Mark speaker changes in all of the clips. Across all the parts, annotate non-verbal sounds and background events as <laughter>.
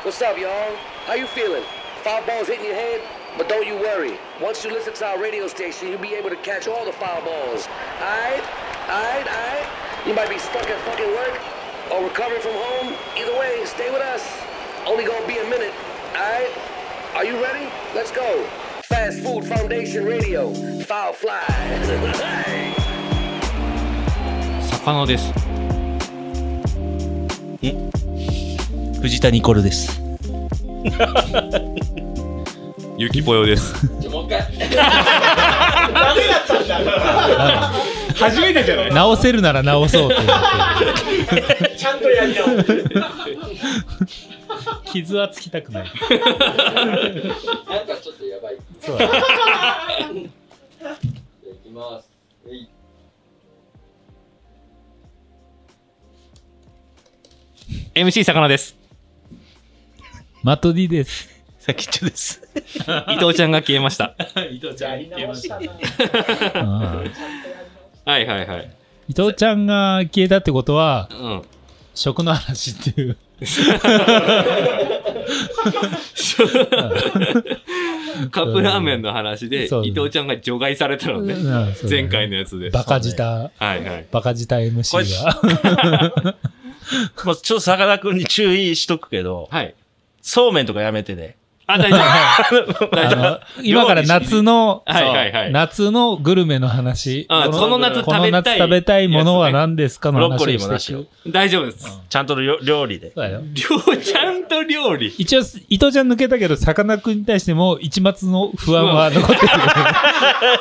Speaker 1: What's up, y'all? How you feeling? Foul balls hitting your head? But don't you worry. Once you listen to our radio station, you'll be able to catch all the foul balls. Aight? Aight? Aight? You might be stuck at fucking work or recovering from home. Either way, stay with us. Only gonna be a minute. Aight? Are you ready? Let's go. Fast Food Foundation Radio. Foul fly. <laughs> Hey.
Speaker 2: 魚です
Speaker 3: 藤田ニコルです。
Speaker 2: ゆきぽよです
Speaker 4: 初めてじゃない
Speaker 3: 直せるなら直そうと思
Speaker 4: ちゃんとやり直す。
Speaker 3: って。傷はつきたくない。
Speaker 5: なんかちょっとやばい。
Speaker 3: そうだね
Speaker 5: <laughs> いきます。えい。
Speaker 2: MC 魚です
Speaker 3: マトディです。
Speaker 2: 先っちょです伊藤ちゃんが消えま
Speaker 3: <laughs>
Speaker 2: した
Speaker 4: 伊藤ちゃん、言ってま
Speaker 2: <laughs>
Speaker 4: した。
Speaker 3: うん
Speaker 2: はいはいはい
Speaker 3: 伊藤ちゃんが消えたってことは、
Speaker 2: うん
Speaker 3: 食の話っていう。
Speaker 2: カップラーメンの話で
Speaker 3: そう
Speaker 2: 伊藤ちゃんが除外されたのね
Speaker 3: うんそうだね
Speaker 2: 前回のやつで
Speaker 3: バカ舌、
Speaker 2: はいはい
Speaker 3: バカ舌 MC が。
Speaker 6: まあ、ちょっとさかなクンに注意しとくけど、
Speaker 2: はい
Speaker 6: そうめんとかやめてね。
Speaker 2: あ大丈夫 <laughs> 大丈夫
Speaker 3: あの <laughs> 今から夏の、
Speaker 2: はいはいはい
Speaker 3: 夏のグルメの話。
Speaker 2: あこの夏食べたい
Speaker 3: この夏食べたいものは何ですか
Speaker 6: ブ
Speaker 3: の
Speaker 6: ロッ
Speaker 3: 話
Speaker 6: コリ
Speaker 3: を
Speaker 6: ーも
Speaker 3: して
Speaker 6: ないし
Speaker 3: く
Speaker 6: よ。
Speaker 2: 大丈夫です
Speaker 6: ちゃんと料料理で。
Speaker 3: そうだよ。
Speaker 2: 料ちゃんと料理
Speaker 3: 一応、伊藤ちゃん抜けたけど、さかなクンに対しても、一抹の不安は残
Speaker 2: <laughs>
Speaker 3: ってるよね。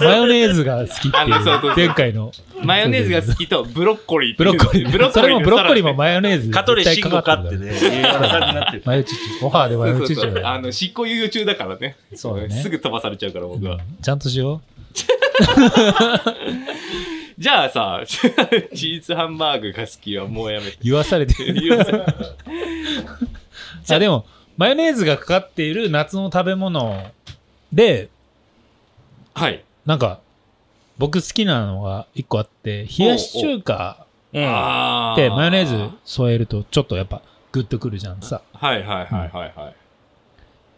Speaker 3: マヨネーズが好きって
Speaker 2: あそうそうそ
Speaker 3: いうう、前回の。
Speaker 2: マヨネーズが好きとブロッコリーって
Speaker 3: ブ
Speaker 2: い
Speaker 3: ロ
Speaker 2: う
Speaker 3: ッコリー。
Speaker 2: ブロッコリ
Speaker 3: そ
Speaker 2: ー
Speaker 3: れも
Speaker 2: の
Speaker 3: ブロッコリーも
Speaker 2: サラ
Speaker 3: マヨネーズ。
Speaker 6: カトレシ
Speaker 3: 絶
Speaker 6: ン
Speaker 3: 対
Speaker 6: ゴ
Speaker 3: か
Speaker 6: か
Speaker 3: か
Speaker 6: っ
Speaker 3: って
Speaker 6: て
Speaker 3: る
Speaker 6: ね、いうような感じになってる。
Speaker 3: マヨチュチュ。オファーでマ
Speaker 2: ダ
Speaker 3: ヨ
Speaker 2: ー
Speaker 3: チ
Speaker 2: そう
Speaker 3: ュ
Speaker 2: そ
Speaker 3: チ
Speaker 2: うそうあ
Speaker 3: ュ。
Speaker 2: の執行猶予中だからね
Speaker 3: そうだね
Speaker 2: すぐ飛ばされちゃうから僕は
Speaker 3: ちゃんとしよ
Speaker 2: じゃあさ、 <laughs> チーズハンバーグが好きはもうやめて
Speaker 3: う。。言わされてる。 <laughs> あ、でも、マヨネーズがかかっている夏の食べ物で、
Speaker 2: はい。
Speaker 3: なんか、僕好きなのが一個あって、冷やし中華
Speaker 6: うん。
Speaker 2: あ
Speaker 3: ってマヨネーズ添えると、ちょっとやっぱ、グッとくるじゃんさ。
Speaker 2: はいはいはいはいはい。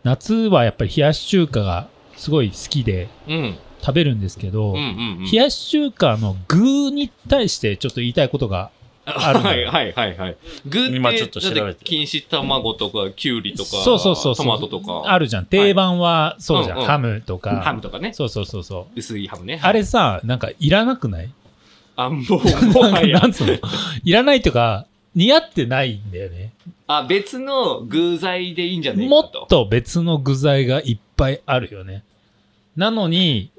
Speaker 3: 夏はやっぱり冷やし中華がすごい好きで
Speaker 2: うん。
Speaker 3: 食べるんですけど、
Speaker 2: うんうんうん。
Speaker 3: 冷やし中華の具に対してちょっと言いたいことが、あるんだ
Speaker 2: はいはいはいはい。具って、
Speaker 6: 今ちょっと調べて
Speaker 2: だって錦糸卵とか、きゅうりとか、
Speaker 3: そうそうそうそ
Speaker 2: ト
Speaker 3: う
Speaker 2: マトとか、
Speaker 3: あるじゃん。定番はそうじゃん。
Speaker 2: うんうん
Speaker 3: ハムとか。
Speaker 2: ハムとかね。
Speaker 3: そうそうそうそう。
Speaker 2: 薄いハムね。
Speaker 3: あれさ、なんかいらなくない
Speaker 2: あ、もう、もはや
Speaker 3: <laughs> な。んつうのいらないとか、似合ってないんだよね。
Speaker 2: あ、別の具材でいいんじゃない
Speaker 3: も
Speaker 2: か
Speaker 3: っ
Speaker 2: と。
Speaker 3: と別の具材がいっぱいあるよね。なのに、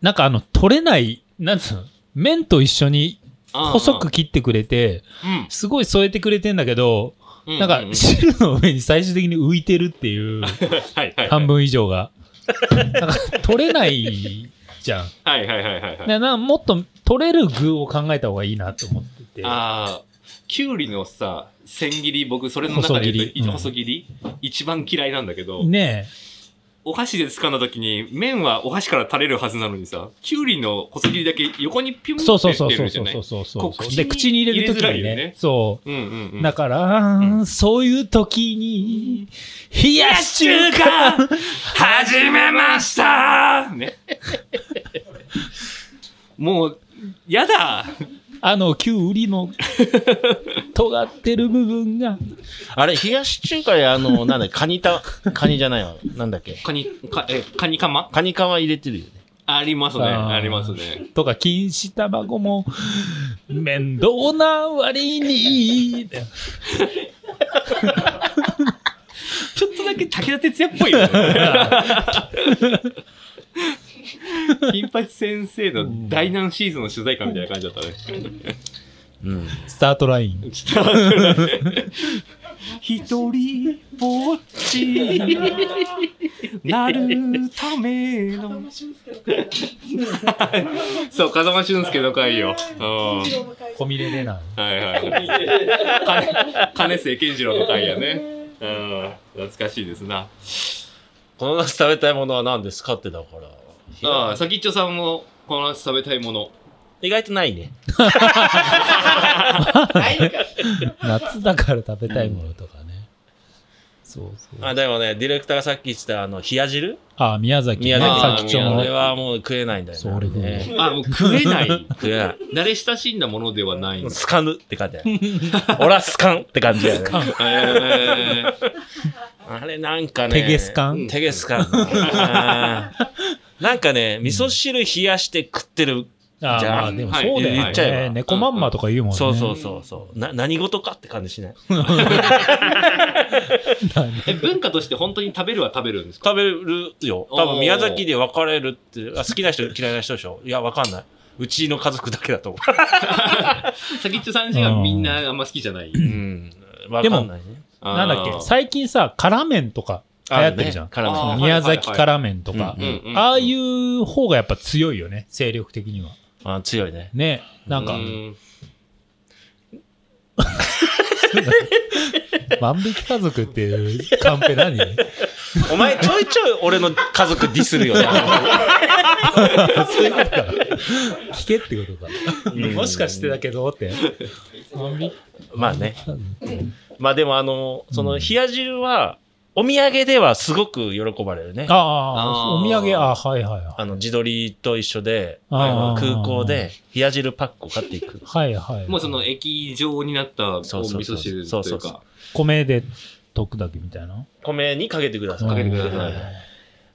Speaker 3: なんかあの、取れない、なんつうの麺と一緒に
Speaker 2: あー
Speaker 3: 細く、切ってくれて、
Speaker 2: うん
Speaker 3: すごい添えてくれてんだけど、
Speaker 2: う
Speaker 3: なんか
Speaker 2: う
Speaker 3: 汁の上に最終的に浮いてるっていう、
Speaker 2: はいはいはい
Speaker 3: 半分以
Speaker 2: <laughs>
Speaker 3: 上が。なんか取れないじゃん。
Speaker 2: はいはいはいはいはい。
Speaker 3: ななもっと取れる具を考えた方がいいなと思ってて。
Speaker 2: ああ、きゅうりのさ、千切り、僕、それの中で言うと
Speaker 3: 細切りうん
Speaker 2: 細切り、一番嫌いなんだけど、
Speaker 3: ね
Speaker 2: お箸で掴んだ時に、麺はお箸から垂れるはずなのにさ、きゅうりの細切りだけ横にピュン
Speaker 3: え。
Speaker 2: って
Speaker 3: そうそうそう
Speaker 2: 出
Speaker 3: そ
Speaker 2: る
Speaker 3: う
Speaker 2: じ
Speaker 3: そ
Speaker 2: ゃ
Speaker 3: う
Speaker 2: ない
Speaker 3: そうそう
Speaker 2: こう口に
Speaker 3: で、口に入れるとき
Speaker 2: 入れ
Speaker 3: に
Speaker 2: づらいよ
Speaker 3: ね
Speaker 2: ね。
Speaker 3: そ
Speaker 2: うんうんう
Speaker 3: う。
Speaker 2: ん。
Speaker 3: だから、そういう時に、冷やし中華
Speaker 2: 華始めましたね。もう、やだ
Speaker 3: あの、きゅうりの、尖ってる部分が、
Speaker 6: あれ、冷やし中華であの、なんだ、カニた、カニじゃないわ。なんだっけ。
Speaker 2: カニ、か、え、カニカマ
Speaker 6: カニカマ入れてるよね。
Speaker 2: ありますね。
Speaker 3: あー
Speaker 2: ありますね。
Speaker 3: とか、錦糸卵も、面倒な割に、
Speaker 2: ちょっとだけ武田鉄矢っぽいよね。 <laughs> 金八先生の第何シーズンの取材かみたいな感じだったね。
Speaker 6: うん。
Speaker 3: スタートライン。
Speaker 2: ちょっと一人ぼっちになるための。そう、風間俊介の回よ。うん。
Speaker 3: こみれれな。
Speaker 2: はいはいはい。金金瀬健次郎の回やね。うん。懐かしいですな。
Speaker 6: この夏食べたいものは何ですかってだから。
Speaker 2: ああ、先っちょさんも、この夏食べたいもの。
Speaker 6: 意外とないね。
Speaker 3: 夏だから食べたいものとかね。そうそう。
Speaker 6: あ、でもね、ディレクターがさっき言ってた、あの、冷や汁
Speaker 3: あ、宮崎、
Speaker 6: 宮
Speaker 7: あー
Speaker 6: 崎
Speaker 3: 崎
Speaker 6: 町
Speaker 3: 町
Speaker 6: の。あれ
Speaker 3: の。
Speaker 6: はもう食えないんだよね。
Speaker 3: それで
Speaker 6: ね
Speaker 2: あ、もう食えない。
Speaker 6: 食えない。
Speaker 2: 慣れ親しんだものではない。
Speaker 6: スカヌって感じだよね。俺はスカンって感じだよね。
Speaker 2: えー
Speaker 6: あれなんかね。
Speaker 3: テゲスカ
Speaker 2: う
Speaker 3: ン
Speaker 2: ん
Speaker 6: テゲスカン。あーなんかね、味噌汁冷やして食ってる。
Speaker 3: あー、
Speaker 6: じゃあ
Speaker 3: まあでも
Speaker 2: はい
Speaker 3: そうだよね。
Speaker 6: 言っちゃえ
Speaker 2: ば
Speaker 3: 猫まんまとか言うもんね。
Speaker 6: そうそうそうそう。な、何事かって感じしない。
Speaker 2: え文化として本当に食べるは食べるんですか
Speaker 6: 食べるよ。多分宮崎で別れるって、あ好きな人嫌いな人でしょいや、わかんない。うちの家族だけだと思。
Speaker 2: 先っちょさんちがみんなあんま好きじゃないう
Speaker 6: う。ん。わかんないね。
Speaker 3: なんだっけ、最近さ、辛麺とか流行ってるじゃん。
Speaker 6: 辛
Speaker 2: あー
Speaker 3: 宮崎
Speaker 2: はいはい
Speaker 3: 辛麺とか
Speaker 6: うん。
Speaker 2: うん
Speaker 3: ああいう方がやっぱ強いよね。精力的には。
Speaker 6: あー強いね。
Speaker 3: ね。なんか
Speaker 2: う、ん
Speaker 3: 万引き家族っていうカンペ
Speaker 2: <laughs>
Speaker 3: 何
Speaker 6: お前ちょいちょい俺の家族ディスる <laughs> よね。
Speaker 3: そういうことか。聞けってことか。
Speaker 6: うん
Speaker 3: もしかしてだけどって。
Speaker 6: まあね。まあでもあの、その冷や汁は、お土産ではすごく喜ばれるね。あ
Speaker 3: ああ、
Speaker 2: あー
Speaker 3: お土産、あーはいはいはい。
Speaker 6: の、自撮りと一緒で、
Speaker 3: あー
Speaker 6: 空港で冷や汁パックを買って
Speaker 3: <laughs>
Speaker 6: いく。
Speaker 3: はいはい。
Speaker 2: もうその液状になったお味
Speaker 6: そうそうそう
Speaker 2: 噌汁とい
Speaker 6: そううそう
Speaker 2: か
Speaker 6: そ。
Speaker 3: 米で溶くだけみたいな。
Speaker 6: 米にかけてください。
Speaker 2: かけてくだ
Speaker 6: は
Speaker 2: さい
Speaker 6: い。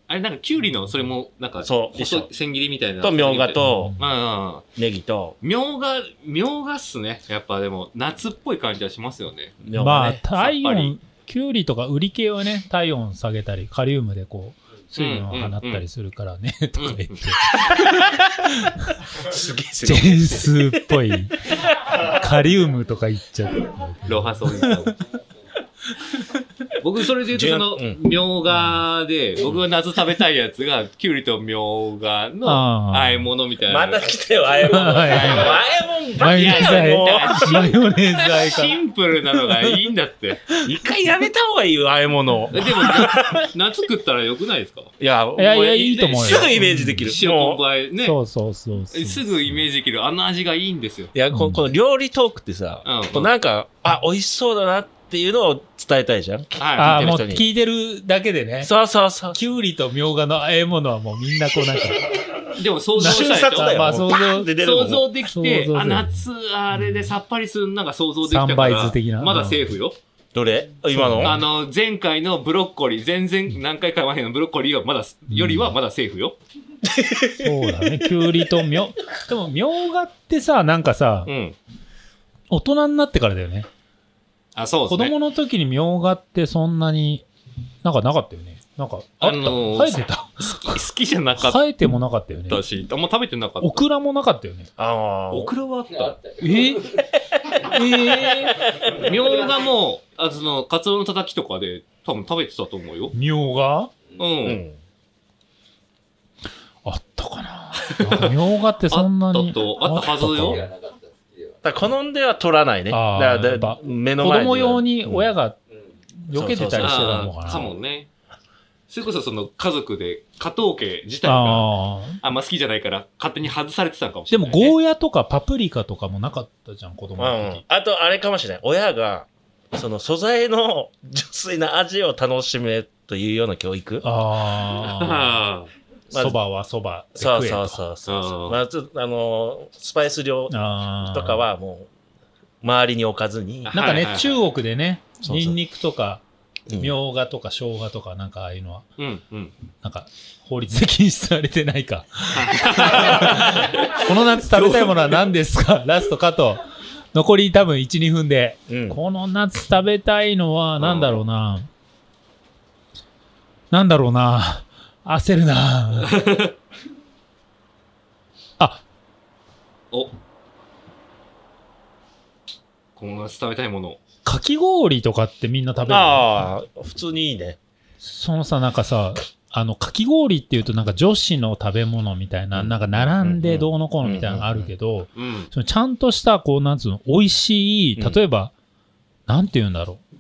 Speaker 2: あれなんかきゅうりのそれもなんか
Speaker 6: そう一緒
Speaker 2: 細い千切りみたいな。
Speaker 6: と、みょうが。と、
Speaker 2: まあ、
Speaker 6: ネギと、
Speaker 2: みょうが、みょうがっすね。やっぱでも夏っぽい感じはしますよね。
Speaker 6: みょう
Speaker 3: ま
Speaker 6: が
Speaker 3: あ、
Speaker 6: ね。
Speaker 3: 体
Speaker 2: さっぱ
Speaker 3: 温
Speaker 2: り、
Speaker 3: キュウリとか売り系はね、体温下げたり、カリウムでこう、水分を放ったりするからね、とか言って、
Speaker 6: すげえす
Speaker 3: ジ
Speaker 6: げえ。
Speaker 3: ェンスっぽい、カリウムとか言っちゃって。
Speaker 2: ロハソース。僕それで言うとその
Speaker 6: じゅん
Speaker 2: みょうがで、僕が夏食べたいやつがきゅうりとみょうが
Speaker 3: あ
Speaker 2: の
Speaker 3: ー
Speaker 2: 和え物みたいな。
Speaker 6: また来てよ、あえもん。あ
Speaker 3: はいは
Speaker 6: えもん
Speaker 3: いマ
Speaker 6: ばっ
Speaker 3: ヨネー
Speaker 6: か
Speaker 3: ズ
Speaker 6: りも
Speaker 3: あえ、 <laughs> マヨネーズあえか。
Speaker 2: シンプルなのがいいんだって。
Speaker 6: う一回やめた方がいいよ、あえものを。
Speaker 2: えでも、
Speaker 3: <laughs>
Speaker 2: 夏食ったらよくないですか
Speaker 6: いや、
Speaker 3: いやいや、
Speaker 6: も
Speaker 3: いいと思うよ。
Speaker 6: すぐイメージできる。
Speaker 2: 塩
Speaker 6: もう
Speaker 2: コンパイね。
Speaker 3: そうそうそうそう。
Speaker 2: すぐイメージできる。あの味がいいんですよ。
Speaker 6: いや、こ
Speaker 3: うん
Speaker 6: この料理トークってさ、
Speaker 2: うんうん
Speaker 6: こうなんか、あ、美味しそうだなっていうのを伝えたいじゃん。
Speaker 2: は
Speaker 3: ああ、もう
Speaker 6: 聞いてる人
Speaker 3: 聞いてるだけでね。
Speaker 6: そうそうそう。
Speaker 3: キュウリとミョウガのあえ物はもうみんなこうなんか、
Speaker 2: い。でも想像した
Speaker 6: 瞬
Speaker 2: でし
Speaker 6: 殺だ
Speaker 2: ょ
Speaker 6: よ。
Speaker 3: まあ想像
Speaker 6: バーンって出るも
Speaker 2: 想
Speaker 6: ん
Speaker 2: 像でき
Speaker 3: 想像
Speaker 2: て
Speaker 3: す、る
Speaker 2: あ、夏、あれでさっぱりするのが想像できたから。
Speaker 3: 三杯酢的な
Speaker 2: まだセーフよ。
Speaker 6: どれ今の
Speaker 2: あの、前回のブロッコリー、全然何回か前のブロッコリーはまだ、よりはまだセーフよ。
Speaker 3: そうだね。キュウリとミョウ、でもミョウガってさ、なんかさ
Speaker 2: う、ん。
Speaker 3: 大人になってからだよね。
Speaker 2: あ、そうで
Speaker 3: 子
Speaker 2: すね。
Speaker 3: 供の時にみょうがってそんなになんかなかったよね。なんかあった、
Speaker 2: あのー
Speaker 3: 生えてた
Speaker 2: 好き好きじゃなかっ
Speaker 3: 生えてもなかったよね。
Speaker 2: たし、あんま食べてなかった。
Speaker 3: オクラもなかったよね。
Speaker 6: あ
Speaker 2: オクラはあっ
Speaker 5: あ
Speaker 2: た
Speaker 5: っ。たよ
Speaker 2: えええみょうがもう、あその、カツオのたたきとかで、多分食べてたと思うよ。
Speaker 3: みょうが
Speaker 2: う
Speaker 6: あ。
Speaker 2: ん。
Speaker 6: うん。
Speaker 3: あったか
Speaker 6: <laughs>
Speaker 3: ななんかみょうがってそんなに。
Speaker 2: あったとあったはずよ
Speaker 5: 好き
Speaker 3: あ
Speaker 5: が
Speaker 3: っ
Speaker 5: なかった好きでは
Speaker 6: だから好んでは取らないね。だ
Speaker 3: あー
Speaker 6: からだ
Speaker 3: やっぱ
Speaker 6: 目
Speaker 3: た
Speaker 6: の
Speaker 3: 子
Speaker 6: 前で
Speaker 3: 供用に親が
Speaker 5: うん
Speaker 3: 避けてたりしてたのか
Speaker 2: あ
Speaker 3: な。
Speaker 2: ーかも
Speaker 3: ね。
Speaker 2: ね。それこそその家族で、加藤家自体が
Speaker 3: ああ。
Speaker 2: あんま好きじゃないから、勝手に外されてたのかもし
Speaker 3: で
Speaker 2: れな
Speaker 3: も
Speaker 2: い、ね。
Speaker 3: ゴーヤとかパプリカとかもなかったじゃん、子供
Speaker 6: う
Speaker 3: の時
Speaker 6: ん。。あと、あれかもしれない。親が、その素材の純粋な味を楽しめというような教育。
Speaker 3: あ
Speaker 2: <laughs>
Speaker 3: あ。
Speaker 2: ああ。
Speaker 6: まあ
Speaker 3: そばはそばで
Speaker 6: そう
Speaker 3: 食えと。
Speaker 6: そうそうそうそう。
Speaker 2: うん
Speaker 6: まあ、ちょっとあのー、スパイス量
Speaker 3: ああ。
Speaker 6: とかはもう、周りに置かずに。
Speaker 3: なんか
Speaker 2: はいはい
Speaker 3: ね
Speaker 2: は、い
Speaker 3: 中国でね、
Speaker 6: そう
Speaker 3: ニ
Speaker 6: そう
Speaker 3: ンニクとか、
Speaker 6: うん
Speaker 3: みょうがとか生姜とか、なんかああいうのは、
Speaker 2: うん、うん。
Speaker 3: なんか、法律で禁止されてないか。 <laughs> この夏食べたいものは何です
Speaker 6: <laughs>
Speaker 3: かラストかと。残り多分1、2分で。
Speaker 6: うん
Speaker 3: この夏食べたいのは、なんだろうな。なんだろうな。焦る
Speaker 6: <laughs>
Speaker 3: な。あ、
Speaker 2: お。この夏食べたいもの。
Speaker 3: かき氷とかってみんな食べるの
Speaker 6: ああ、普通にいいね。
Speaker 3: そのさ、なんかさ、あの、かき氷っていうとなんか女子の食べ物みたいな、
Speaker 6: うん
Speaker 3: なんか並んでどうのこうのみたいなのがあるけど、
Speaker 2: うん。
Speaker 3: そのちゃんとした、こう、なんつうの、美味しい、
Speaker 6: うん
Speaker 3: 例えば、なんて言うんだろう。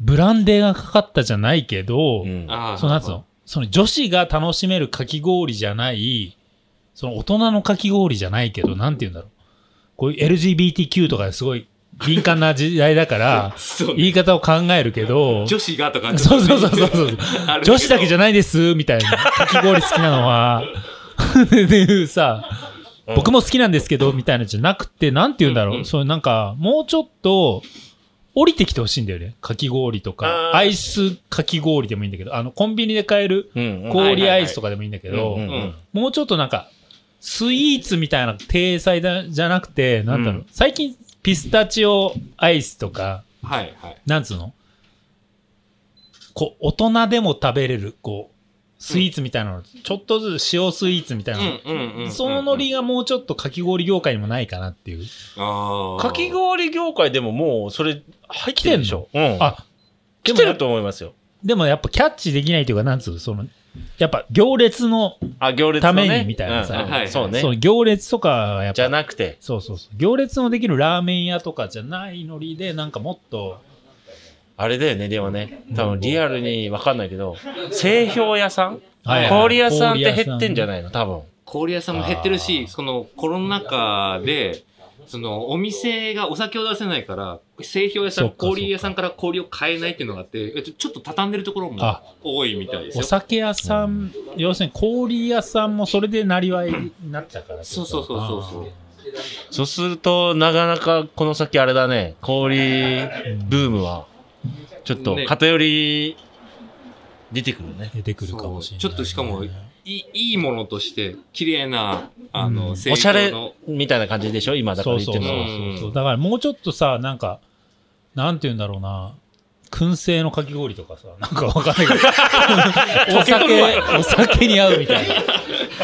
Speaker 3: ブランデーがかかったじゃないけど、
Speaker 6: うん
Speaker 2: ああ。
Speaker 3: そのなんつうの、その女子が楽しめるかき氷じゃない、その大人のかき氷じゃないけど、なんて言うんだろう。こういう LGBTQ とかですごい敏感な時代だ
Speaker 6: <laughs>
Speaker 3: から、
Speaker 2: そう
Speaker 3: 言い方を考えるけど、
Speaker 2: 女子がとか、
Speaker 3: そうそうそうそうそう。女子だけじゃ
Speaker 2: ない。
Speaker 3: ないです、みたいな。かき氷好きなのは。 <laughs> っていうさ、
Speaker 6: うん
Speaker 3: 僕も好きなんですけど、みたいなのじゃなくて、なんて言うんだろう。
Speaker 2: うんうん
Speaker 3: そういうなんか、もうちょっと、降りてきてほしいんだよね。かき氷と
Speaker 6: あ
Speaker 3: か、
Speaker 6: ー
Speaker 3: アイスかき氷でもいいんだけど、あの、コンビニで買える
Speaker 6: うんうん
Speaker 3: 氷アイスとかでもいいんだけど
Speaker 6: うんう、
Speaker 2: うん
Speaker 6: ん
Speaker 3: もうちょっとなんか、スイーツみたいな体裁だじゃなくて、なんだろう。
Speaker 6: うん
Speaker 3: 最近、ピスタチオアイスとか、
Speaker 2: はいはい。
Speaker 3: なんつうのこう、大人でも食べれる、こう、スイーツみたいなの、ちょっとずつ塩スイーツみたいなの、
Speaker 2: うんうんうんうん。
Speaker 3: そのノリがもうちょっとかき氷業界にもないかなっていう。
Speaker 2: あー
Speaker 6: かき氷業界でももうそれ入ってるでしょ。うん
Speaker 3: あ、で
Speaker 6: 来
Speaker 3: も
Speaker 6: てる
Speaker 3: や、
Speaker 6: と思いますよ。
Speaker 3: でもやっぱキャッチできないというか、なんつうの、その、やっぱ行列の、
Speaker 6: あ、行列のね
Speaker 3: ためにみたいなさ
Speaker 6: うんうん
Speaker 2: はい
Speaker 6: そうね
Speaker 3: そ。う、行列とかはやっ
Speaker 6: じゃ
Speaker 3: ぱ、
Speaker 6: なくて。
Speaker 3: そうそうそう、行列のできるラーメン屋とかじゃないノリで、なんかもっと、
Speaker 6: あれだよね、でもね。多分リアルにわかんないけど、製氷屋さん
Speaker 3: はいはい
Speaker 6: 氷屋さんって減ってんじゃないの多分。
Speaker 2: 氷屋さんも減ってる
Speaker 6: あ
Speaker 2: し、
Speaker 6: ー
Speaker 2: そのコロナ禍で、そのお店がお酒を出せないから、製氷屋さ
Speaker 3: そ
Speaker 2: ん、
Speaker 3: っかそっか
Speaker 2: 氷屋さんから氷を買えないっていうのがあって、えちょちょっと畳んでるところも
Speaker 3: あ
Speaker 2: 多いみたいです
Speaker 3: お
Speaker 2: よ。
Speaker 3: 酒屋さん、要するに氷屋さんもそれでなりわいになっちゃうからってこと。
Speaker 2: そうそうそうそうそう。
Speaker 6: そうすると、なかなかこの先あれだね、氷ブームは、ちょっと
Speaker 2: ね
Speaker 6: 偏り出てくるね。
Speaker 3: 出てくるかもしれない、
Speaker 2: そうちょっとしかもいいいいものとして、綺麗な、あ
Speaker 3: う
Speaker 2: の、
Speaker 3: ん
Speaker 2: 製
Speaker 6: おしゃ
Speaker 2: 氷
Speaker 6: れ
Speaker 2: の、
Speaker 6: みたいな感じでしょ今だ
Speaker 3: そ
Speaker 6: から
Speaker 3: う
Speaker 6: 言
Speaker 3: そ
Speaker 6: っ
Speaker 3: う
Speaker 6: て
Speaker 3: そう
Speaker 6: るのは。
Speaker 3: そうそう
Speaker 2: うん
Speaker 3: だからもうちょっとさなんかなんて言うんだろうな燻製のかき氷とかさなんかわかんないけ
Speaker 2: <laughs>
Speaker 3: どお <laughs> 酒お酒に合うみたい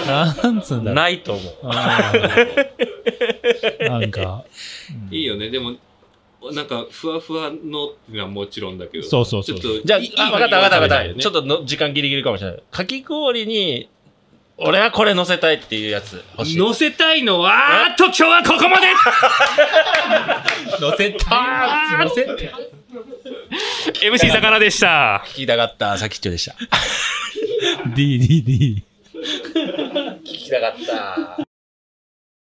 Speaker 3: ななんつうんだろう
Speaker 6: ないと思う。
Speaker 3: あーなん
Speaker 2: <laughs>
Speaker 3: か
Speaker 2: いいよね。でも、なんか、ふわふわのっていうのはもちろんだけど、
Speaker 3: そうそうそう
Speaker 2: ちょっと、
Speaker 6: じゃあ、
Speaker 2: いいいい
Speaker 6: あわかったわかったわか
Speaker 2: いい
Speaker 6: っ
Speaker 2: よ
Speaker 6: た。
Speaker 2: ね
Speaker 6: ちょっとの時間ギリギリかもしれない。かき氷に、俺はこれ乗せたいっていうやつ欲しい。
Speaker 2: 乗せたいのは、あーっと、今日はここまで <laughs>
Speaker 3: 乗せた <laughs> 乗せた
Speaker 2: !MC 魚でした。
Speaker 6: 聞きたかった、さきちょでした。
Speaker 3: DDD
Speaker 6: 聞きたかった。